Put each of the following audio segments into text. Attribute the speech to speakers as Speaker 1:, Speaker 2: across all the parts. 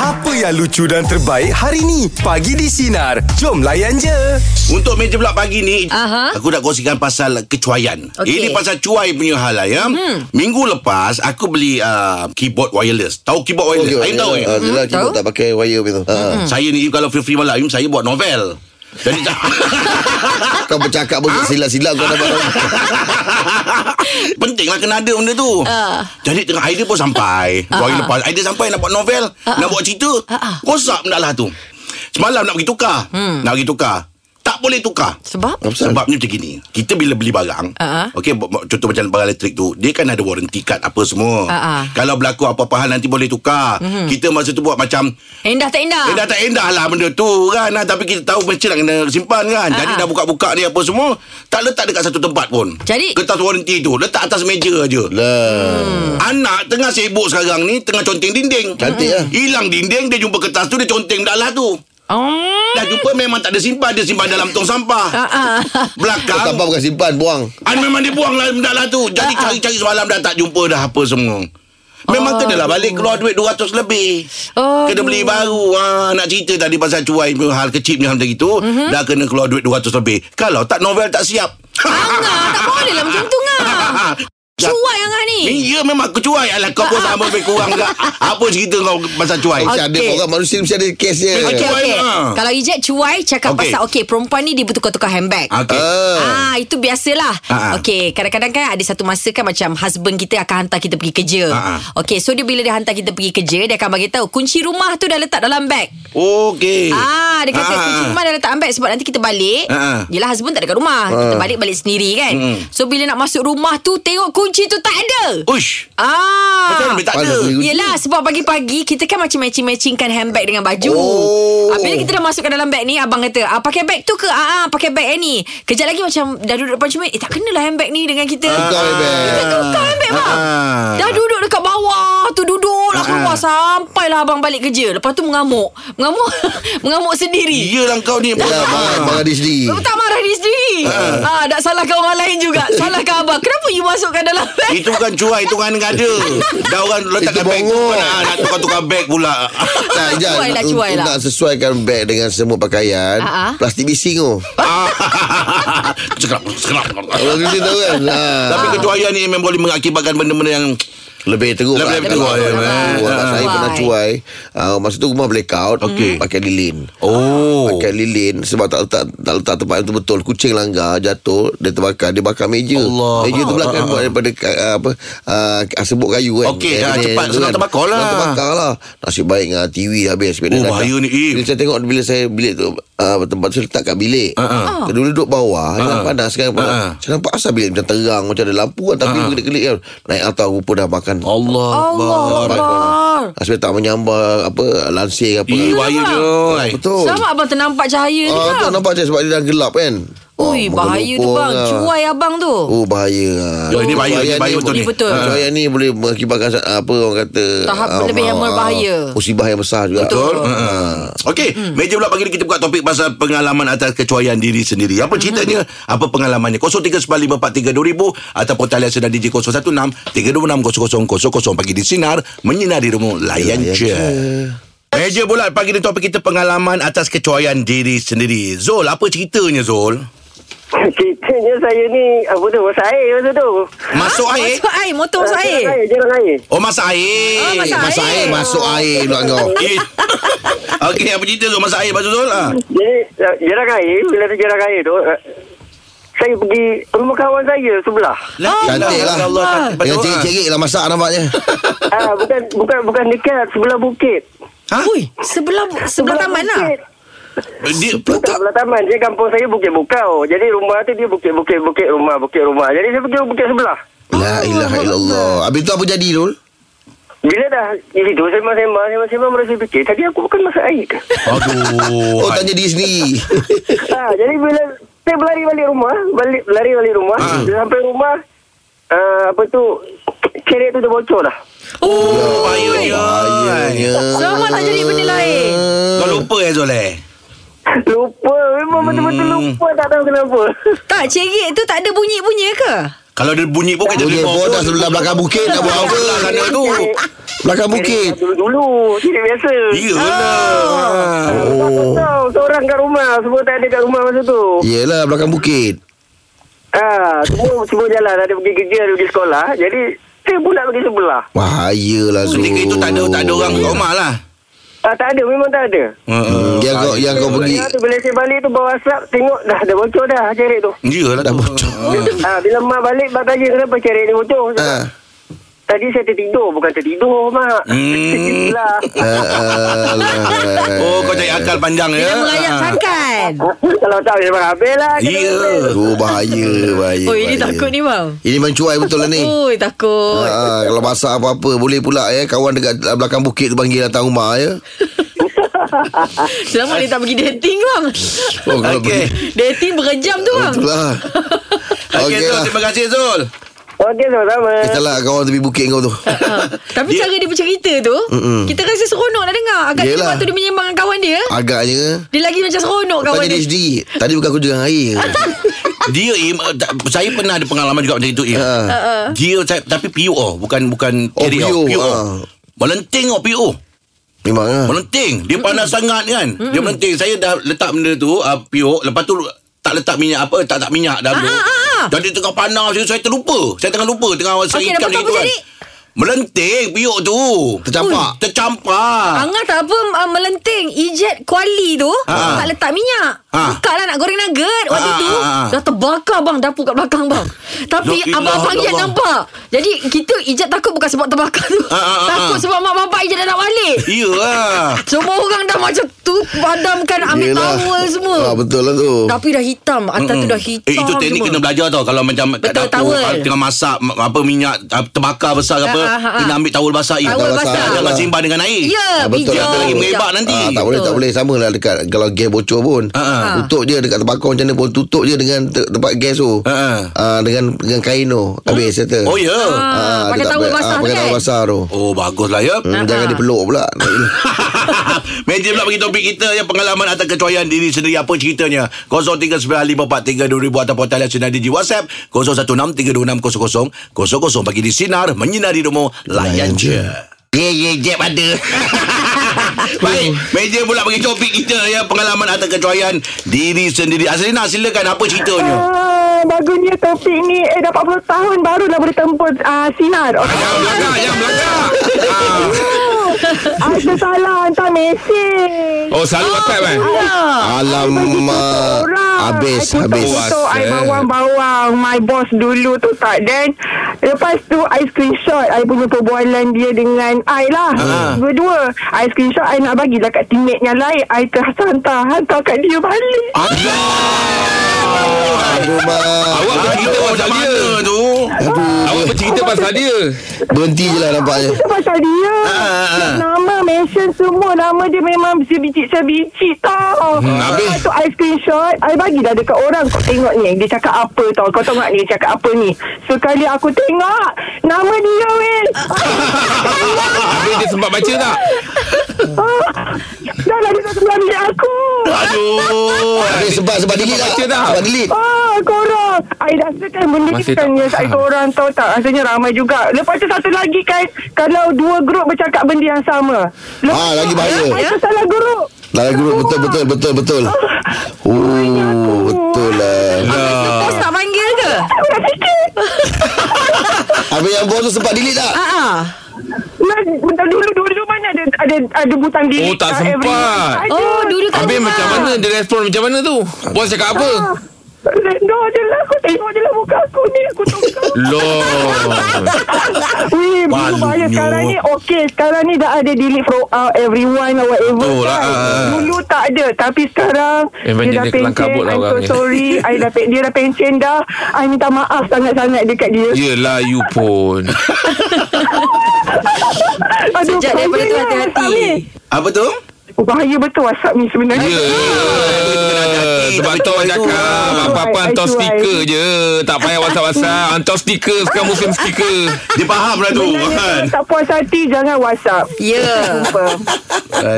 Speaker 1: Apa yang lucu dan terbaik hari ni? Pagi di Sinar. Jom layan je.
Speaker 2: Untuk meja pula pagi ni
Speaker 3: Aha.
Speaker 2: Aku nak kongsikan pasal kecuaian
Speaker 3: Okey.
Speaker 2: Ini pasal cuai punya hal lah ya hmm. Minggu lepas Aku beli uh, keyboard wireless Tahu keyboard wireless?
Speaker 4: Okey,
Speaker 2: Okay, Aim tahu ya?
Speaker 4: Ah, Yelah,
Speaker 3: Hmm,
Speaker 4: kita
Speaker 3: tahu.
Speaker 4: tak pakai wire begitu. Ah.
Speaker 2: Saya ni kalau free-free malam Aim, Saya buat novel Jadi
Speaker 4: Ah, Kau bercakap pun silap-silap kau dapat.
Speaker 2: Pentinglah kena ada benda tu uh. Jadi tengah idea pun sampai uh-huh. Hari lepas idea sampai nak buat novel uh-huh. Nak buat cerita uh-huh. Rosak benda lah tu Semalam nak pergi tukar hmm. Nak pergi tukar Tak boleh tukar
Speaker 3: Sebab?
Speaker 4: Apa pasal?
Speaker 2: Sebabnya macam gini Kita bila beli barang
Speaker 3: Ah.
Speaker 2: uh-huh. Okey b- b- Contoh macam barang elektrik tu Dia kan ada warranty card Apa semua
Speaker 3: Ah, Mhm. ah.
Speaker 2: Kalau berlaku apa-apa hal Nanti boleh tukar mm-hmm. Kita masa tu buat macam
Speaker 3: Endah tak endah?
Speaker 2: Eh dah tak endah lah benda tu kan ah, Tapi kita tahu macam nak kena simpan kan Jadi
Speaker 3: Ah.
Speaker 2: dah buka-buka ni apa semua Tak letak dekat satu tempat pun
Speaker 3: Jadi? Hmm.
Speaker 2: Kertas warranty tu Letak atas meja je
Speaker 4: Lah.
Speaker 2: Anak tengah sibuk sekarang ni Tengah conteng dinding
Speaker 4: Cantik lah.
Speaker 2: Hilang dinding Dia jumpa kertas tu Dia conteng dah lah tu
Speaker 3: Oh.
Speaker 2: Dah jumpa memang tak ada simpan Dia simpan dalam tong sampah
Speaker 3: Ah, ah.
Speaker 4: Kau
Speaker 2: Belakang
Speaker 4: tambah bukan simpan, buang.
Speaker 2: Ah, memang dia buang lah benda lah tu. Jadi
Speaker 3: Ah,
Speaker 2: cari-cari semalam dah tak jumpa dah apa semua.
Speaker 3: Oh.
Speaker 2: Memang kenalah balik keluar duit 200 lebih.
Speaker 3: Aduh.
Speaker 2: Kena beli baru. Ha, nak cerita tadi pasal cuai punya hal kecil punya hal macam itu.
Speaker 3: Mhm.
Speaker 2: Mm-hmm. Dah kena keluar duit 200 lebih. Kalau tak novel tak siap.
Speaker 3: Angah, tak boleh lah macam tu, Ngah. Cuai Angah ni.
Speaker 2: Ya memang aku cuai Alah kau
Speaker 3: Ah,
Speaker 2: pun sama lebih kurang ke Apa cerita kau pasal cuai
Speaker 3: Oh.
Speaker 4: Mesti ada
Speaker 3: Okey.
Speaker 4: orang manusia mesti ada kes dia.
Speaker 2: Okey,
Speaker 3: Okey, okey.
Speaker 2: Ah.
Speaker 3: Kalau ejek cuai, cakap
Speaker 2: Okey.
Speaker 3: pasal okey, perempuan ni dia bertukar-tukar handbag.
Speaker 2: Okay
Speaker 3: Ah, itu biasalah.
Speaker 2: Ah, ah.
Speaker 3: Okey, kadang-kadang kan ada satu masa kan macam husband kita akan hantar kita pergi kerja.
Speaker 2: Ah, ah.
Speaker 3: Okey, so dia bila dia hantar kita pergi kerja, dia akan bagi tahu kunci rumah tu dah letak dalam beg.
Speaker 2: Okey
Speaker 3: Ah, dia kata
Speaker 2: Ah,
Speaker 3: kunci
Speaker 2: ah.
Speaker 3: rumah dah letak ambek sebab nanti kita balik.
Speaker 2: Ah, ah.
Speaker 3: Yelah husband tak ada kat rumah. Kita balik balik sendiri kan. So bila nak masuk rumah tu tengok kunci tu tak ada.
Speaker 2: Ush
Speaker 3: Ah.
Speaker 2: Oh. Macam mana tak
Speaker 4: Mana
Speaker 2: ada
Speaker 4: boleh kunci?
Speaker 3: Yelah sebab pagi-pagi Kita kan macam matching-matchingkan handbag dengan baju
Speaker 4: Oh.
Speaker 3: Ah, Bila kita dah masukkan dalam bag ni Abang kata ah, Pakai bag tu ke? Ah, ah pakai bag yang ni Kejap lagi macam Dah duduk depan cermin Eh tak kenalah handbag ni dengan kita
Speaker 4: Tukar handbag.
Speaker 3: Kita tukar handbag bang
Speaker 2: Ah.
Speaker 3: Dah duduk dekat bawah tu Duduk lah keluar
Speaker 2: Ah.
Speaker 3: Sampailah abang balik kerja Lepas tu mengamuk Mengamuk Mengamuk sendiri
Speaker 2: Iyalah kau ni Ah.
Speaker 4: Yelah, Ya, marah, marah dia sendiri.
Speaker 3: Kau tak marah diri sendiri ah, Tak salahkan orang lain juga Salahkan abang Kenapa you masukkan dalam bag
Speaker 2: Itu bukan cuai Itu kan ada Dah orang letakkan
Speaker 4: Itu
Speaker 2: beg tu
Speaker 4: bongok.
Speaker 2: pun Nak, nak tukar-tukar beg pula
Speaker 4: Tak, Ijaz,
Speaker 3: Cuai lah,
Speaker 4: nak-
Speaker 3: cuai lah.
Speaker 4: Nak sesuaikan beg dengan semua pakaian.
Speaker 3: Ah, ah.
Speaker 4: Plastik bising tu.
Speaker 2: Sekerap Sekerap
Speaker 4: Orang kita tahu kan. Ah.
Speaker 2: Tapi kecuaian ni Memang boleh mengakibatkan Benda-benda yang
Speaker 4: Lebih teruk
Speaker 2: Lebih-
Speaker 4: lah.
Speaker 2: lebih teruk,
Speaker 4: Lebih
Speaker 2: ya, man.
Speaker 4: teruk lah. Saya
Speaker 3: Cuai.
Speaker 4: pernah cuai uh, Masa tu rumah blackout
Speaker 2: Okey.
Speaker 4: Pakai lilin
Speaker 2: Oh
Speaker 4: Pakai lilin Sebab tak letak Tak letak tempat yang tu betul Kucing langgar Jatuh Dia terbakar Dia bakar meja
Speaker 2: Allah. Ah,
Speaker 4: Meja tu belakang Buat daripada uh, Apa uh, Sebut kayu kan
Speaker 2: Okey,
Speaker 4: Eh,
Speaker 2: dah
Speaker 4: eh,
Speaker 2: cepat.
Speaker 4: tu
Speaker 2: Senang terbakar lah.
Speaker 4: Senang terbakar lah Nasib baik dengan TV habis Sebab dia
Speaker 2: Oh,
Speaker 4: dah-
Speaker 2: bahaya ni, Im.
Speaker 4: Bila saya tengok Bila saya bilik tu uh, Tempat tu letak kat bilik
Speaker 2: Ah,
Speaker 4: Dulu duduk bawah Memang panas kan
Speaker 2: Ah, ah.
Speaker 4: Saya nampak asal bilik Macam terang Macam ada lampu kan Tapi berkelip-kelip kan Naik atas rupa dah makan
Speaker 2: Allah
Speaker 3: Allah Akbar
Speaker 4: Nasib baik tak menyambar Apa Lansir apa
Speaker 2: Ih, bahayanya
Speaker 4: Betul
Speaker 3: Sama abang ternampak cahaya ni
Speaker 4: Oh. Ah, tu
Speaker 3: bang.
Speaker 4: nampak je sebab dia dah gelap kan.
Speaker 3: Ui,
Speaker 4: Ah,
Speaker 3: bahaya tu
Speaker 4: mengelupur
Speaker 3: bang.
Speaker 4: lah.
Speaker 3: Cuai abang tu.
Speaker 4: Oh bahaya lah.
Speaker 2: Yo, ini bahaya, ini
Speaker 4: Bahaya
Speaker 2: bahaya
Speaker 4: ni
Speaker 2: betul ni. Ah.
Speaker 3: Ini betul.
Speaker 4: Cuaca ni boleh mengakibatkan sa- apa orang kata
Speaker 3: Tahap
Speaker 4: ah,
Speaker 3: lebih yang
Speaker 4: ah,
Speaker 3: berbahaya.
Speaker 4: Musibah yang besar juga.
Speaker 2: Betul. Ha. Okey, meja pula pagi ni kita buka topik pasal pengalaman atas kecuaian diri sendiri. Apa ceritanya? Apa pengalamannya? 0395432000 ataupun talian sinar DJ 016 3260000 pagi di sinar menyinari rumah layan je. Meja bulat pagi ni topik kita pengalaman atas kecuaian diri sendiri. Zul, apa ceritanya Zul?
Speaker 5: Ceritanya saya ni Apa tu Masak air masa tu
Speaker 2: Masuk air?
Speaker 3: Ah, Masuk air, motor masuk Oh, air.
Speaker 5: Jarang air Jarang air
Speaker 2: Oh, masuk air.
Speaker 3: Oh, masak
Speaker 4: Masuk air
Speaker 3: Air.
Speaker 4: Eh, masuk air pula kau.
Speaker 2: Eh. Okey, apa cerita Zul? Masuk air pasal Zul? Ha.
Speaker 5: Jadi eh, Jarang air Bila tu jarang air tu eh, Saya pergi Rumah kawan saya sebelah
Speaker 4: Cantik lah.
Speaker 2: Allah, cantik betul,
Speaker 4: Yang
Speaker 2: ah.
Speaker 4: cerik-cerik lah masak nampaknya.
Speaker 5: ah, Bukan Bukan bukan dekat Sebelah bukit
Speaker 2: Ha?
Speaker 3: Ui, sebelah sebelah taman lah.
Speaker 5: bukit.
Speaker 2: Dia,
Speaker 5: Bukan sebelah taman Dia kampung saya bukit bukau Jadi rumah tu dia bukit-bukit Bukit rumah Bukit rumah Jadi saya pergi bukit sebelah
Speaker 4: La ilaha illallah. Habis tu apa jadi Rul?
Speaker 5: Bila dah Di situ sembang-sembang Sembang-sembang Baru saya fikir Tadi aku bukan masak air ke
Speaker 2: Aduh.
Speaker 4: Oh tanya diri sendiri.
Speaker 5: ha, jadi bila saya berlari balik rumah, balik lari balik rumah,
Speaker 2: Ah.
Speaker 5: ha. sampai rumah uh, apa tu kerek tu dah bocor dah.
Speaker 2: Oh, bahayanya.
Speaker 4: Bahayanya.
Speaker 3: Selamat tak jadi
Speaker 4: Ah.
Speaker 3: benda lain.
Speaker 2: Kau lupa eh Zul eh?
Speaker 5: Lupa, memang betul-betul lupa tak tahu kenapa.
Speaker 3: Tak, cerit tu tak ada bunyi-bunyi ke?
Speaker 2: Kalau ada bunyi pun kita
Speaker 4: Bunyi
Speaker 2: dengar.
Speaker 4: pun dah sebelah belakang bukit Nak buat apa
Speaker 2: Sebelah kanan tu.
Speaker 4: Belakang bukit
Speaker 5: Dulu-dulu Tidak biasa
Speaker 2: Ya lah. Iyalah.
Speaker 5: Oh. Tahu seorang kat rumah Semua tak ada kat rumah masa tu
Speaker 4: Yelah belakang bukit
Speaker 5: Ah, Semua semua jalan Ada pergi kerja Ada pergi sekolah Jadi Saya pula pergi sebelah
Speaker 4: Bahayalah Zul
Speaker 2: Ketika itu tak ada tak ada orang kat rumah lah.
Speaker 5: ah, Tak ada Memang tak ada
Speaker 4: Ya. Hmm, yang kau yang kau pergi
Speaker 5: Ya, tu bila saya balik tu bawa asap Tengok dah Dah bocor dah Cerit tu
Speaker 2: Iyalah
Speaker 4: Dah
Speaker 2: Ya tu.
Speaker 4: bocor.
Speaker 2: Ah.
Speaker 5: Ah, Bila mak balik Mak tanya kenapa cerit ni bocor Saya
Speaker 4: Ah.
Speaker 5: Tadi saya tertidur Bukan tertidur mak
Speaker 2: Hmm.
Speaker 5: Lah.
Speaker 4: Ah, alah.
Speaker 2: Oh kau cari akal panjang ya.
Speaker 3: Dia mengajak
Speaker 2: Ah.
Speaker 3: sangkan
Speaker 5: Kalau tak memang habis lah
Speaker 2: Ya.
Speaker 4: Oh bahaya bahaya
Speaker 3: Oh ini
Speaker 4: Eh, bahaya.
Speaker 3: takut ni bang
Speaker 4: Ini mencuai betul lah ni
Speaker 3: Oi takut
Speaker 4: Ah, kalau masak apa-apa Boleh pula ya Kawan dekat belakang bukit tu Panggil datang rumah ya
Speaker 3: Selama dia tak pergi dating bang
Speaker 4: Oh kalau
Speaker 2: Okey.
Speaker 4: pergi
Speaker 3: Dating berjam tu bang
Speaker 4: Itulah
Speaker 2: Okey
Speaker 4: Okey
Speaker 2: Zul,
Speaker 4: lah
Speaker 2: terima kasih Zul.
Speaker 5: Okey sama-sama
Speaker 4: Kita lah kawan tepi bukit kau tu
Speaker 3: Ha. Tapi
Speaker 2: Dia-
Speaker 3: cara dia bercerita tu
Speaker 4: Mm-mm.
Speaker 3: Kita rasa seronok nak dengar Agak
Speaker 4: Yelah.
Speaker 3: Yelah. tu dia menyembang dengan kawan dia
Speaker 4: Agaknya
Speaker 3: Dia lagi macam seronok
Speaker 4: Kau
Speaker 3: kawan
Speaker 4: jadi
Speaker 3: dia
Speaker 4: HD Tadi bukan aku dengan air
Speaker 2: Dia Im, eh, tak- saya pernah ada pengalaman juga macam itu Im. Dia saya, tapi PO oh, bukan bukan
Speaker 4: Ah. Oh,
Speaker 2: carry
Speaker 4: PO,
Speaker 2: oh, PO.
Speaker 4: ah.
Speaker 2: Melenting oh PO.
Speaker 4: Memang lah
Speaker 3: Eh.
Speaker 2: Melenting. Dia panas sangat kan. Dia melenting. Saya dah letak benda tu uh, PO, lepas tu tak letak minyak apa, tak tak minyak dalam tu.
Speaker 3: Ah, ah, ah.
Speaker 2: Jadi tengah panas saya, saya terlupa. Saya tengah lupa tengah saya
Speaker 3: Okey,
Speaker 2: ikan
Speaker 3: lepas tu
Speaker 2: macam
Speaker 3: apa
Speaker 2: itu
Speaker 3: jadi?
Speaker 2: Melenting PO tu.
Speaker 4: Tercampak.
Speaker 2: Ui. Tercampak.
Speaker 3: Angah tak apa uh, melenting Ejet kuali tu
Speaker 2: Ha.
Speaker 3: Tak letak minyak
Speaker 2: Ha.
Speaker 3: Buka lah nak goreng nugget Waktu
Speaker 2: Ha,
Speaker 3: tu
Speaker 2: ha, ha.
Speaker 3: Dah terbakar bang Dapur kat belakang bang Tapi
Speaker 2: La ilaha
Speaker 3: abang-abang Ejet
Speaker 2: illallah.
Speaker 3: nampak Jadi kita Ejet takut bukan sebab terbakar tu
Speaker 2: Ha, ha, ha, ha.
Speaker 3: Takut sebab mak bapak Ejet dah nak balik
Speaker 2: Iyalah.
Speaker 3: Semua orang dah macam tu Padamkan ambil
Speaker 4: Yelah.
Speaker 3: towel semua
Speaker 4: ah, Betul lah tu
Speaker 3: Tapi dah hitam Atas tu dah hitam
Speaker 2: Eh, itu teknik
Speaker 3: semua.
Speaker 2: kena belajar tau Kalau macam kat
Speaker 3: Betul,
Speaker 2: dapur
Speaker 3: towel.
Speaker 2: kalau Tengah masak ma- Apa minyak ah, Terbakar besar ke apa
Speaker 3: Ah, ah, ah.
Speaker 2: Kena ambil tawul basah Im.
Speaker 3: Tawul basah.
Speaker 2: Jangan simbah dengan air
Speaker 3: Ya,
Speaker 4: Ah, betul
Speaker 3: bijak.
Speaker 4: lah tu.
Speaker 2: Lagi merebak nanti.
Speaker 4: Ah, tak boleh tak boleh sama lah dekat kalau gas bocor pun.
Speaker 2: Ha, ha.
Speaker 4: Tutup je dekat terbakar macam mana pun tutup je dengan te- tempat gas tu.
Speaker 2: Ha, ha.
Speaker 4: Ah, dengan dengan kain tu. Habis settle.
Speaker 2: Oh ya
Speaker 3: Ah,
Speaker 4: dia
Speaker 3: pakai
Speaker 4: tak
Speaker 3: towel
Speaker 4: payah-
Speaker 3: basah tu
Speaker 4: ah, Pakai towel
Speaker 3: kan?
Speaker 4: basah tu.
Speaker 2: Oh baguslah ya
Speaker 4: Hmm,
Speaker 3: Ha,
Speaker 4: jangan
Speaker 3: ha.
Speaker 4: dipeluk pula.
Speaker 2: Meja pula bagi topik kita yang pengalaman atas kecuaian diri sendiri apa ceritanya 0395432000 atau portal yang sinar di WhatsApp 0163260000 bagi di sinar menyinari rumah layan je Ya, ya, Jeb ada Baik, meja pula bagi topik kita ya Pengalaman atas kecuaian diri sendiri Azrina silakan apa ceritanya
Speaker 6: Ah, bagusnya topik ni eh dah 40 tahun barulah boleh tempur ah, sinar. Okay.
Speaker 2: Jangan belakang, jangan belakang
Speaker 6: Ada salah hantar mesej.
Speaker 7: Oh selalu WhatsApp kan
Speaker 4: Alamak. Habis habis.
Speaker 6: I tutup
Speaker 7: eh.
Speaker 6: I bawang-bawang My boss dulu tu tak Then Lepas tu I screenshot I punya perbualan dia dengan I lah
Speaker 7: Ah.
Speaker 6: Berdua I screenshot I nak bagilah kat teammate yang lain I terasa hantar Hantar kat dia balik
Speaker 4: Aduh, Mak.
Speaker 7: Awak bercerita pasal
Speaker 2: Macam
Speaker 7: dia
Speaker 2: mana tu
Speaker 7: Awak bercerita pasal dia
Speaker 4: Berhenti je lah nampaknya.
Speaker 6: Itu pasal dia
Speaker 2: ah, ah.
Speaker 6: Nama mention semua Nama dia memang sebiji-sebiji tau hmm,
Speaker 7: habis?
Speaker 6: Lepas tu I screenshot I bagilah dekat orang Kau tengok ni Dia cakap apa tau Kau tahu tak ni Dia cakap apa ni Sekali aku tengok Nama dia Will
Speaker 7: Habis dia sempat baca tak
Speaker 6: Ah, Dah lah dia kat sebelah bilik aku
Speaker 2: Aduh
Speaker 4: Habis sebab sebab delete tak?
Speaker 7: baca tak?
Speaker 4: Sebab delete.
Speaker 6: Ah, korang I rasakan kan benda ni
Speaker 7: Masih
Speaker 6: bukan
Speaker 7: tak
Speaker 6: yes, I
Speaker 7: faham.
Speaker 6: korang tahu tak Rasanya ramai juga Lepas tu satu lagi kan Kalau dua grup bercakap benda yang sama Lepas
Speaker 4: Ah, lagi
Speaker 6: tu,
Speaker 4: bahaya.
Speaker 6: I salah grup
Speaker 4: Dalam grup Lah, betul betul betul betul.
Speaker 3: ya
Speaker 4: Oh, betul lah.
Speaker 3: Habis bos tak panggil ke?
Speaker 6: Aku dah fikir
Speaker 4: Habis yang bos tu sempat delete tak?
Speaker 3: Ha ah.
Speaker 6: Nah, Bentar dulu dulu mana ada ada ada butang delete
Speaker 7: Oh, tak
Speaker 6: kat every-
Speaker 7: sempat.
Speaker 6: Ada.
Speaker 3: Oh dulu tak
Speaker 7: Habis
Speaker 3: ada.
Speaker 7: macam mana Dia respon macam mana tu Bos cakap apa
Speaker 6: Rendah je lah Aku tengok je lah muka aku ni Aku tengok
Speaker 7: Loh
Speaker 6: Weh
Speaker 2: Malunya.
Speaker 6: Baru bahaya sekarang ni Okay sekarang ni dah ada delete from uh, everyone or whatever kan?
Speaker 2: Betul lah, ah.
Speaker 6: Dulu tak ada Tapi sekarang
Speaker 7: Eh, dia dia kelang kabut lah
Speaker 6: I'm so
Speaker 7: orang ni.
Speaker 6: sorry I dah, pe- Dia dah pencen dah I minta maaf sangat-sangat dekat dia
Speaker 7: Yelah you pun
Speaker 6: Aduh
Speaker 3: Sejak daripada tu
Speaker 6: pencen lah,
Speaker 3: hati-hati
Speaker 6: Sami.
Speaker 2: Apa tu?
Speaker 8: Bahaya betul WhatsApp ni sebenarnya.
Speaker 7: Ya Eh,
Speaker 2: Eh,
Speaker 7: Sebab tu orang cakap Apa-apa hantar stiker je Tak payah whatsapp-whatsapp Hantar stiker Sekarang musim stiker
Speaker 2: Dia faham lah tu kan.
Speaker 8: Sebenarnya tak puas hati Jangan whatsapp
Speaker 3: Ya
Speaker 8: Jumpa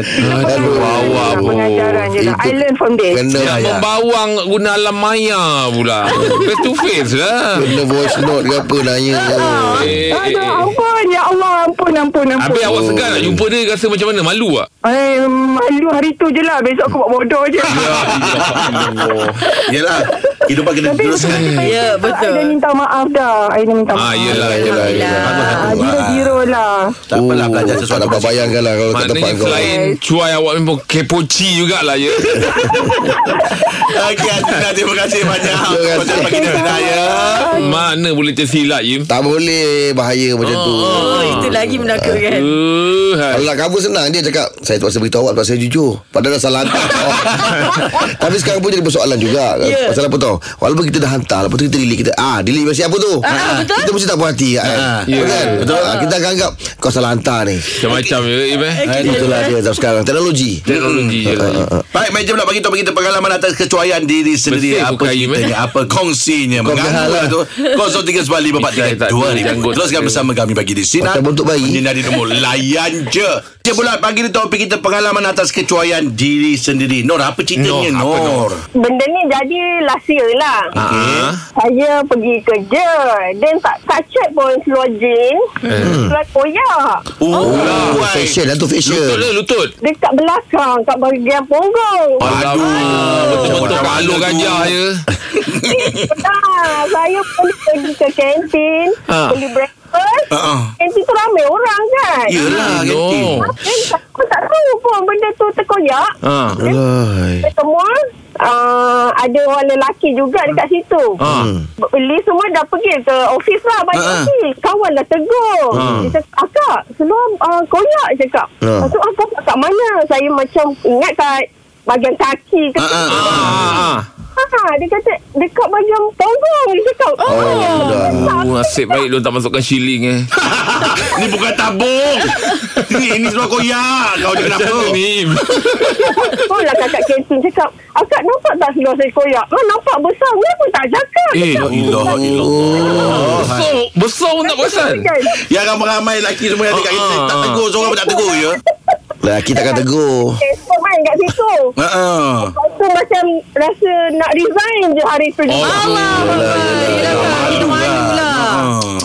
Speaker 7: Aduh kan- Bawa
Speaker 8: Pengajaran je lah I
Speaker 4: Itu-
Speaker 8: learn from this
Speaker 4: Kena
Speaker 2: Ya,
Speaker 7: Yang membawang Guna alam maya pula Face to face lah
Speaker 4: Kena voice note ke apa Nanya
Speaker 3: Ah.
Speaker 7: Eh, eh,
Speaker 8: Aduh
Speaker 7: eh.
Speaker 8: ampun Ya Allah Ampun ampun ampun
Speaker 7: Habis awak segan nak jumpa dia Rasa macam mana Malu tak
Speaker 8: Eh, malu hari tu je lah Besok aku buat bodoh je
Speaker 7: Ya,
Speaker 2: Yelah Kehidupan kena
Speaker 8: Tapi
Speaker 2: teruskan
Speaker 3: Ya
Speaker 8: I dah
Speaker 3: betul
Speaker 8: minta maaf dah I dah minta maaf
Speaker 7: Ah, yelah, yelah,
Speaker 3: yelah.
Speaker 8: Ah, Giro-giro lah
Speaker 2: Tak apalah belajar
Speaker 4: Oh, Tak
Speaker 2: sesuatu
Speaker 4: dapat bayangkan lah Kalau kat tempat
Speaker 7: Maknanya
Speaker 4: kau
Speaker 7: selain Cuai awak memang Kepoci jugalah ya
Speaker 2: Okey Azina Terima kasih banyak
Speaker 4: Terima kasih.
Speaker 2: Konsep pagi dengan saya
Speaker 7: ya. Mana boleh tersilap Im
Speaker 4: Tak boleh Bahaya macam tu
Speaker 3: Oh itu lagi kan? menakutkan
Speaker 4: Kalau
Speaker 7: Tuhan
Speaker 4: nak cover senang Dia cakap Saya terpaksa beritahu awak Sebab saya jujur Padahal dah salah hantar oh. Tapi sekarang pun jadi persoalan juga
Speaker 3: Ya.
Speaker 4: yeah. Pasal apa tau Walaupun kita dah hantar Lepas tu kita delete kita, Ah delete masih apa tu
Speaker 3: Ah, betul.
Speaker 4: Kita mesti tak puas hati kan?
Speaker 7: Ya.
Speaker 4: Kan? Betul ah, Kita akan anggap Kau salah hantar ni
Speaker 7: Macam-macam ya Im eh
Speaker 4: Ah, Itulah dia zaman sekarang Teknologi
Speaker 7: Teknologi je lah Im.
Speaker 2: Baik, meja pula bagi topik kita pengalaman atas kecuaian diri sendiri.
Speaker 7: Bersih
Speaker 2: apa
Speaker 7: bukan, Im,
Speaker 2: ceritanya? Apa kongsinya?
Speaker 4: Kau
Speaker 2: Mengganggu lah
Speaker 4: berhala.
Speaker 2: tu. 0395432000.
Speaker 7: Kita tak tahu janggut.
Speaker 2: Teruskan bersama kami bagi di sini.
Speaker 4: Macam bentuk bayi.
Speaker 2: Menyinari demo layan je. Meja pula bagi di topik kita pengalaman atas kecuaian diri sendiri. Nor, apa ceritanya
Speaker 7: Nor, apa,
Speaker 2: Nor?
Speaker 7: Nor?
Speaker 6: Benda ni jadi last year lah.
Speaker 7: Ah.
Speaker 2: Okey.
Speaker 6: Saya pergi kerja. Then tak tak check pun seluar jean.
Speaker 7: Eh.
Speaker 6: Seluar koyak.
Speaker 2: Oh,
Speaker 4: Oh,
Speaker 2: why?
Speaker 4: Fashion lah tu
Speaker 7: Lutut
Speaker 4: fashion
Speaker 7: lah lutut
Speaker 6: Dekat belakang. Kat bahagian punggung.
Speaker 7: Ah.
Speaker 2: Aduh.
Speaker 7: Betul-betul ya.
Speaker 2: Macam mana
Speaker 7: palu
Speaker 2: tu?
Speaker 7: gajah je
Speaker 6: Nah, saya pun pergi ke kantin.
Speaker 7: Ha.
Speaker 6: Beli breakfast.
Speaker 2: Ha-ha.
Speaker 6: Kantin tu ramai orang kan.
Speaker 7: Ya.
Speaker 2: Yelah, Ah,
Speaker 7: No.
Speaker 2: ganti.
Speaker 6: Then aku tak tahu pun benda tu terkoyak.
Speaker 7: Ha.
Speaker 4: Alai.
Speaker 6: Kita semua uh, ada orang lelaki juga dekat situ.
Speaker 7: Ha.
Speaker 6: Beli semua dah pergi ke office lah balik
Speaker 2: Ha, ha.
Speaker 6: uh Kawan dah tegur. Dia cakap, akak, seluar uh, koyak cakap.
Speaker 4: Ha.
Speaker 6: Lepas tu, akak buat kat mana? Saya macam ingat kat bahagian kaki ke.
Speaker 2: Ha, ha,
Speaker 7: Ha. ha.
Speaker 6: Ha, dia kata, dekat bahagian punggung. Dia cakap, oh,
Speaker 7: Oh, nasib baik dia tak masukkan shilling eh.
Speaker 2: Ni bukan tabung. ni, ni semua koyak. Kau ni kenapa?
Speaker 7: Kenapa ni?
Speaker 6: oh lah kakak kantin cakap, akak nampak tak seluar saya koyak? Ha, nampak besar. Kenapa tak cakap?
Speaker 7: Eh,
Speaker 2: La ilaha Oh. illallah.
Speaker 7: besar, besar pun tak perasan.
Speaker 6: Kan?
Speaker 2: Yang ramai-ramai lelaki semua yang dekat
Speaker 7: Ah,
Speaker 2: kita
Speaker 7: ah,
Speaker 2: tak
Speaker 7: ah.
Speaker 2: tegur, seorang pun tak tegur ya.
Speaker 4: Lelaki takkan tegur
Speaker 6: Facebook main kat situ.
Speaker 2: Ha ah.
Speaker 6: Lepas tu macam rasa nak resign je hari tu.
Speaker 7: Oh,
Speaker 6: juga.
Speaker 3: Yelah malu lah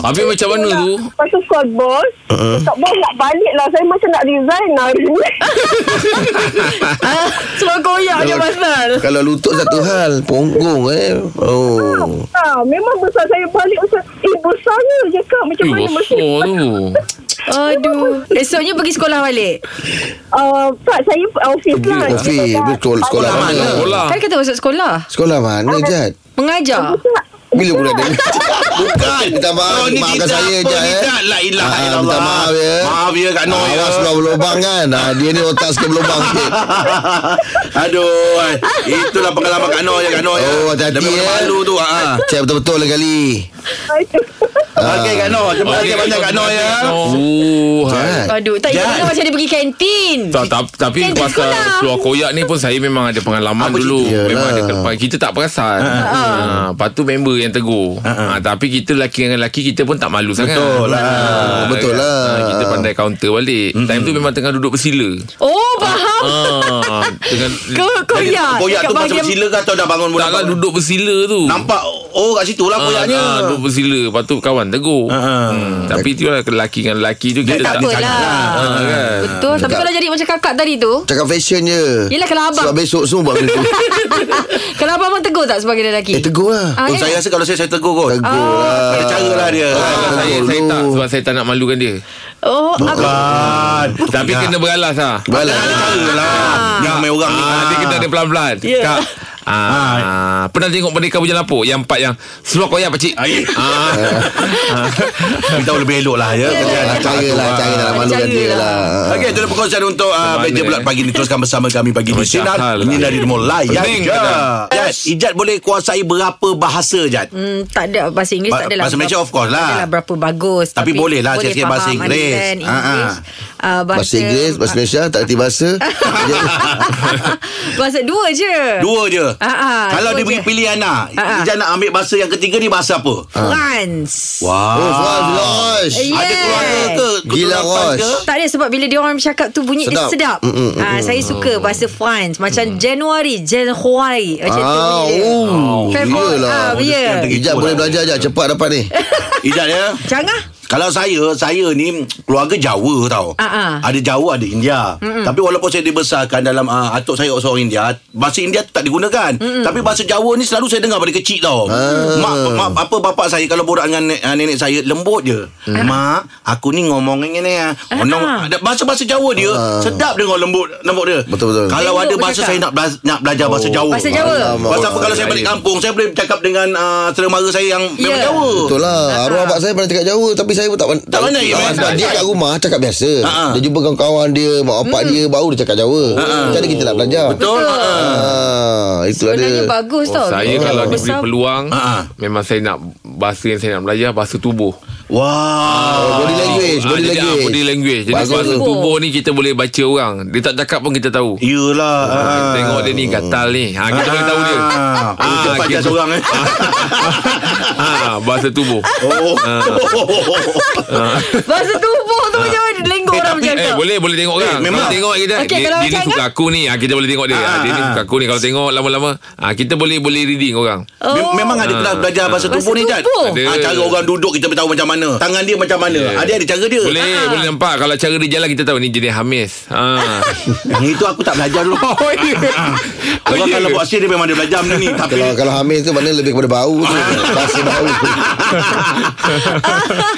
Speaker 7: Habis macam mana tu?
Speaker 6: Lepas tu call bos uh-uh. Tak bos nak balik lah Saya macam nak resign lah hari ni
Speaker 3: Ah, Seluar koyak je pasal
Speaker 4: Kalau lutut satu hal Punggung eh Oh
Speaker 6: ha, Memang besar saya balik besar. Eh besarnya je kak Macam
Speaker 7: Eh,
Speaker 6: mana mesti
Speaker 7: besar tu.
Speaker 3: Aduh Esoknya pergi sekolah balik
Speaker 6: uh, Tak saya office lah Dia
Speaker 4: Ofis
Speaker 6: cakap,
Speaker 4: Betul sekolah
Speaker 6: "Awak
Speaker 7: lah.
Speaker 4: mana
Speaker 7: Bola.
Speaker 3: Kan kata masuk sekolah
Speaker 4: Sekolah mana Jad
Speaker 3: Mengajar
Speaker 6: tak-
Speaker 4: Bila pula dia Bukan Minta maaf
Speaker 2: Oh, ni tidak
Speaker 4: Maafkan saya
Speaker 2: apa,
Speaker 4: je
Speaker 2: ni
Speaker 4: eh
Speaker 2: tak. lah, La ilaha
Speaker 4: Ah,
Speaker 2: illallah.
Speaker 4: minta maaf ya.
Speaker 2: Maaf ya Kak Noh ya.
Speaker 4: Awak sudah berlubang kan ah, Dia ni otak sikit berlubang sikit
Speaker 2: Aduh. eh. Itulah pengalaman Kak Noh ya Kak Noh ya.
Speaker 4: Oh, hati-hati,
Speaker 2: Demi
Speaker 4: ya.
Speaker 2: malu tu. Ha ah.
Speaker 4: Cek betul-betul lah kali
Speaker 2: Okey Kak Noh, terima
Speaker 7: Okey,
Speaker 2: kasih banyak Kak Noh ya.
Speaker 7: Oh,
Speaker 4: Jad
Speaker 3: Aduh Tak
Speaker 2: Jad.
Speaker 3: ingat macam dia pergi kantin
Speaker 7: Tak, tak, tapi
Speaker 3: Kan
Speaker 7: pasal
Speaker 3: sekolah.
Speaker 7: keluar koyak ni pun saya memang ada pengalaman
Speaker 2: Apa lah. Ah,
Speaker 7: dulu.
Speaker 4: cerita?
Speaker 7: Memang ada
Speaker 4: Yalah.
Speaker 7: depan kita tak perasan. Ha. Lepas tu member yang tegur. Ha, tapi kita lelaki dengan lelaki kita pun tak malu sangat.
Speaker 2: Betul lah.
Speaker 7: Ha,
Speaker 4: Betul
Speaker 7: kan?
Speaker 4: lah.
Speaker 7: Ha, kita pandai counter balik. Time tu memang tengah duduk bersila.
Speaker 3: Oh faham
Speaker 7: Ha, dengan
Speaker 3: Kau
Speaker 2: Koyak
Speaker 3: koyak Dekat
Speaker 2: tu pasal
Speaker 3: Ya, bahagian-
Speaker 2: bersila ke atau dah bangun bulan?
Speaker 7: taklah lah, duduk bersila tu.
Speaker 2: Nampak oh kat situ lah
Speaker 7: Ah,
Speaker 2: koyaknya.
Speaker 7: ah, duduk bersila. Lepas tu kawan tegur.
Speaker 2: Ha, ha.
Speaker 7: Hmm, tapi tu lah lelaki dengan lelaki tu
Speaker 3: Tak
Speaker 7: kita
Speaker 3: lah.
Speaker 7: tak,
Speaker 3: apalah
Speaker 7: Ah, kan?
Speaker 3: Betul Tapi
Speaker 4: Dekat-
Speaker 3: kalau jadi macam kakak tadi tu
Speaker 4: Cakap fashion je
Speaker 3: Yelah, kalau abang-
Speaker 4: Sebab besok semua buat benda tu
Speaker 3: Kalau abang tegur tak sebagai lelaki
Speaker 4: Eh tegur lah
Speaker 3: Ah,
Speaker 2: Oh,
Speaker 3: eh.
Speaker 2: saya rasa kalau saya saya tegur kot.
Speaker 4: Tegur lah
Speaker 2: Ada cara lah dia.
Speaker 7: Kalau Ah, saya, saya tak sebab saya tak nak malukan dia.
Speaker 3: Oh abang
Speaker 2: Bukan.
Speaker 7: Tapi kena beralas lah.
Speaker 4: Balas
Speaker 2: Ada cara lah. Jangan main orang ni.
Speaker 7: Ah, dia kena ada pelan-pelan.
Speaker 3: Ya.
Speaker 7: Kak, ah, ah, pernah tengok Merdeka Bujang Lapor yang part yang seluar koyak pakcik. Ah,
Speaker 2: Kita tahu lebih elok lah ya. Kerjaan macam
Speaker 4: Cara
Speaker 2: tu
Speaker 4: lah Cara nak malukan
Speaker 3: Cara
Speaker 4: dia
Speaker 3: lah.
Speaker 4: lah
Speaker 2: Okey, itu dah perkongsian untuk uh,
Speaker 7: Ah. Mana,
Speaker 2: Meja Bulat
Speaker 7: eh?
Speaker 2: pagi ni. Teruskan bersama kami pagi di
Speaker 7: Macam hal
Speaker 2: Sinar.
Speaker 7: lah.
Speaker 2: Ini dari Mulai. Ya,
Speaker 7: Pening
Speaker 2: Jad.
Speaker 7: kadang.
Speaker 2: Jad, Ijat boleh kuasai berapa bahasa, Jad?
Speaker 3: Hmm, tak ada bahasa Inggeris
Speaker 2: Ba-
Speaker 3: tak adalah
Speaker 2: bahasa Malaysia
Speaker 3: berapa-
Speaker 2: of course lah.
Speaker 3: tak adalah berapa bagus
Speaker 2: Tapi boleh lah sikit-sikit bahasa
Speaker 3: faham,
Speaker 2: Inggeris.
Speaker 3: understand
Speaker 2: Ha, ha.
Speaker 3: English uh, bahasa,
Speaker 4: Bahasa Inggeris Bahasa Malaysia Tak erti bahasa Dia-
Speaker 3: bahasa dua je.
Speaker 2: Dua je.
Speaker 3: Ah, ah,
Speaker 2: Kalau
Speaker 3: dua
Speaker 2: dia
Speaker 3: je.
Speaker 2: beri pilihan nak,
Speaker 3: Ah, ah.
Speaker 2: dia nak ambil bahasa yang ketiga ni bahasa apa?
Speaker 3: France.
Speaker 2: Wah.
Speaker 4: Oh Faz Rosh
Speaker 3: Eh,
Speaker 2: Ada
Speaker 3: Yes.
Speaker 2: keluarga ke?
Speaker 4: Gila,
Speaker 2: Keturunan
Speaker 4: Ros.
Speaker 2: ke?
Speaker 3: Tak ada sebab bila dia orang bercakap tu bunyi sedap. dia
Speaker 4: Sedap.
Speaker 3: sedap. Mm, mm, ah, saya suka bahasa France
Speaker 2: Mm.
Speaker 3: macam Januari, Januari macam tu.
Speaker 4: Ah,
Speaker 3: bunyi dia.
Speaker 4: oh,
Speaker 3: Februari.
Speaker 4: iyalah.
Speaker 3: Ah,
Speaker 2: Dia
Speaker 3: ya.
Speaker 2: yang tengah-
Speaker 4: Ijat boleh belajar je Cepat dapat ni
Speaker 2: Ijat ya.
Speaker 3: Jangan.
Speaker 2: Kalau saya, saya ni keluarga Jawa tau.
Speaker 3: Ah, ah.
Speaker 2: Ada Jawa, ada India. Mm-mm. Tapi walaupun saya dibesarkan dalam uh, atuk saya seorang India, bahasa India tu tak digunakan. Mm-mm. Tapi bahasa Jawa ni selalu saya dengar pada kecil tau.
Speaker 4: Ah.
Speaker 2: Mak, mak apa bapak saya kalau borak dengan ne- ah, nenek saya lembut je. Mm. Mak, aku ni ngomong ni ni. ah. Onong ada bahasa-bahasa Jawa dia
Speaker 4: Ah.
Speaker 2: sedap dengar lembut lembut dia.
Speaker 4: Betul, betul.
Speaker 2: Kalau
Speaker 3: Lembut
Speaker 2: ada bahasa
Speaker 3: bercakap.
Speaker 2: saya nak belajar, nak belajar bahasa Jawa.
Speaker 3: Bahasa Jawa.
Speaker 4: Oh, Alamak.
Speaker 2: Pasal apa kalau saya balik kampung, saya boleh bercakap dengan uh, saudara saya yang memang
Speaker 3: Ya.
Speaker 2: Jawa.
Speaker 4: Betul lah Arwah abang saya pernah cakap Jawa Tapi saya pun tak pan-
Speaker 2: Tak pandai,
Speaker 4: tak
Speaker 2: man.
Speaker 4: Sebab dia kat rumah Cakap biasa
Speaker 2: Ha, ha.
Speaker 4: Dia jumpa kawan-kawan dia Mak opak dia Baru dia cakap Jawa Macam mana kita nak belajar
Speaker 2: Betul. Betul.
Speaker 4: Ah, Itulah
Speaker 3: Sebenarnya
Speaker 4: dia
Speaker 3: bagus tau.
Speaker 7: Oh, saya kalau diberi
Speaker 3: Besar-
Speaker 7: peluang
Speaker 2: Ah, ah.
Speaker 7: Memang saya nak Bahasa yang saya nak belajar Bahasa tubuh
Speaker 2: Wah.
Speaker 4: Body
Speaker 2: Eh,
Speaker 4: language
Speaker 7: Ah,
Speaker 4: Body
Speaker 7: jadi, ah,
Speaker 4: language
Speaker 7: Body language Jadi
Speaker 4: Bahasa
Speaker 7: bahasa, bahasa
Speaker 3: tubuh.
Speaker 7: tubuh. ni Kita boleh baca orang Dia tak cakap pun kita tahu
Speaker 2: Ya. Yelah
Speaker 7: Ah, kita Tengok dia ni gatal ni ha, Kita boleh tahu dia
Speaker 2: Ah,
Speaker 7: Ah,
Speaker 2: Cepat
Speaker 7: kita- Ah.
Speaker 2: jas orang eh
Speaker 7: ha, Bahasa tubuh
Speaker 2: Oh
Speaker 3: Bahasa tubuh tu macam mana Lenggok orang macam
Speaker 7: Eh
Speaker 3: tu.
Speaker 7: boleh boleh tengok orang
Speaker 2: memang.
Speaker 7: Kalau tengok kita
Speaker 3: Okey,
Speaker 7: Dia,
Speaker 3: kalau
Speaker 7: dia ni
Speaker 3: macam kan?
Speaker 7: suka aku ni ha, Kita boleh tengok dia
Speaker 2: Ah,
Speaker 7: ha, Dia ni
Speaker 2: ah.
Speaker 7: suka aku ni Kalau tengok lama-lama ha, Kita boleh boleh reading orang
Speaker 3: Oh.
Speaker 2: Mem- Memang ada kelas belajar bahasa
Speaker 3: Bahasa
Speaker 2: tubuh ni Jad
Speaker 3: tubuh.
Speaker 7: Ada.
Speaker 2: Ah, Cara orang duduk kita tahu macam mana Tangan dia macam mana
Speaker 7: Yeah.
Speaker 2: Ada ada cara dia Ah.
Speaker 7: Boleh boleh nampak Kalau cara dia jalan Kita tahu ni jenis Hamis ha.
Speaker 2: Yang itu aku tak belajar dulu
Speaker 7: Oh ya
Speaker 2: Kalau
Speaker 7: ya
Speaker 2: kalau buat sihir dia memang dia belajar benda ni Tapi
Speaker 4: kalau kalau hamil tu mana lebih kepada bau tu. Rasa bau.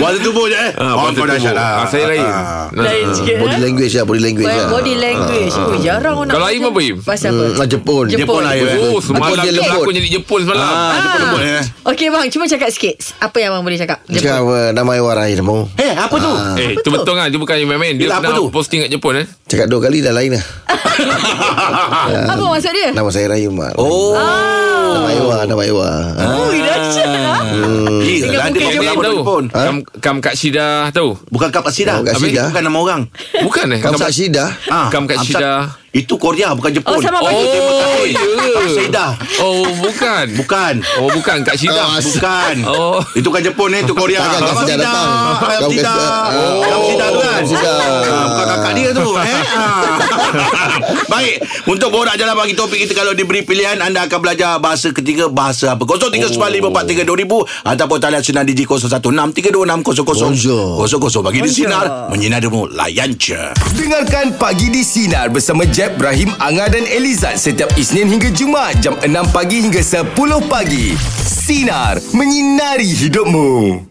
Speaker 2: Bahasa tubuh je eh
Speaker 7: Ah,
Speaker 2: Oh,
Speaker 7: bahasa
Speaker 2: kau dahsyat
Speaker 7: tubuh.
Speaker 2: lah
Speaker 7: Ah, saya lain. Nah.
Speaker 3: Lain sikit. eh?
Speaker 4: Body language lah, body language lah. ah.
Speaker 3: Body language. Oh, jarang orang nak.
Speaker 7: Kalau Im
Speaker 3: belajar
Speaker 7: apa, Im?
Speaker 3: Bahasa apa?
Speaker 4: Hmm, ah, Jepun.
Speaker 3: Jepun.
Speaker 2: lah, ya.
Speaker 7: Oh, semalam
Speaker 4: dia
Speaker 7: dia
Speaker 4: lembut.
Speaker 7: berlakon jadi Jepun semalam.
Speaker 2: Ah, dia pun lembut eh
Speaker 3: Okey bang, cuma cakap sikit. Apa yang abang boleh cakap?
Speaker 4: Cakap apa, nama warai nama.
Speaker 2: Eh apa tu
Speaker 7: Eh,
Speaker 3: Apa
Speaker 7: itu
Speaker 3: tu?
Speaker 7: betul kan? Itu bukan yang main-main. Dia
Speaker 2: Yelah, apa
Speaker 7: pernah
Speaker 2: tu?
Speaker 7: posting kat Jepun eh.
Speaker 4: Cakap dua kali dah lain lah.
Speaker 3: Apa maksud dia?
Speaker 4: Nama saya Rayu Mak.
Speaker 2: Ah, Oh Ah.
Speaker 4: Nama Ewa, nama Ewa.
Speaker 3: Oh, dahsyat lah.
Speaker 2: Yelah
Speaker 3: Dengan
Speaker 2: ada orang
Speaker 3: muka
Speaker 7: Yang dia
Speaker 2: lama
Speaker 7: tahu.
Speaker 2: telefon
Speaker 4: Ha?
Speaker 7: Kam, kam Kak Shida tahu?
Speaker 2: Bukan Kap Asidah
Speaker 4: Oh, Kap
Speaker 2: Habis
Speaker 4: Asidah.
Speaker 2: Bukan nama orang
Speaker 7: Bukan eh?
Speaker 4: Kamu
Speaker 7: Kam-
Speaker 4: tak sidah.
Speaker 2: Ah,
Speaker 7: Kam Kat
Speaker 2: Amsat-
Speaker 7: Shida.
Speaker 2: Itu Korea bukan Jepun.
Speaker 3: Oh, sama
Speaker 7: Oh,
Speaker 2: tema
Speaker 7: oh
Speaker 2: tahun. Kak
Speaker 7: ya.
Speaker 2: Shida.
Speaker 7: Oh, bukan.
Speaker 2: Bukan.
Speaker 7: Oh, bukan Kak Shida.
Speaker 2: Ah,
Speaker 4: Oh, as-
Speaker 2: Bukan.
Speaker 7: Oh.
Speaker 2: Itu kan Jepun eh, itu Korea.
Speaker 4: Takkan Kak Shida datang.
Speaker 2: Kam
Speaker 4: Kam
Speaker 2: Sida.
Speaker 4: Kak- Oh.
Speaker 2: Kam Sida tu kan.
Speaker 4: Kam Shida.
Speaker 2: Ah, Bukan kakak dia tu eh. Ah. Baik, untuk borak jalan bagi topik kita kalau diberi pilihan anda akan belajar bahasa ketiga bahasa apa. 0395432000 ataupun talian sinar di 0163260000.
Speaker 4: Bonjour.
Speaker 2: 00 bagi di
Speaker 3: Bonjour.
Speaker 2: sinar menyinari demo layan je.
Speaker 1: Dengarkan Pagi di Sinar bersama Jeb, Ibrahim, Anga dan Elizad setiap Isnin hingga Jumaat jam 6 pagi hingga 10 pagi. Sinar, menyinari hidupmu.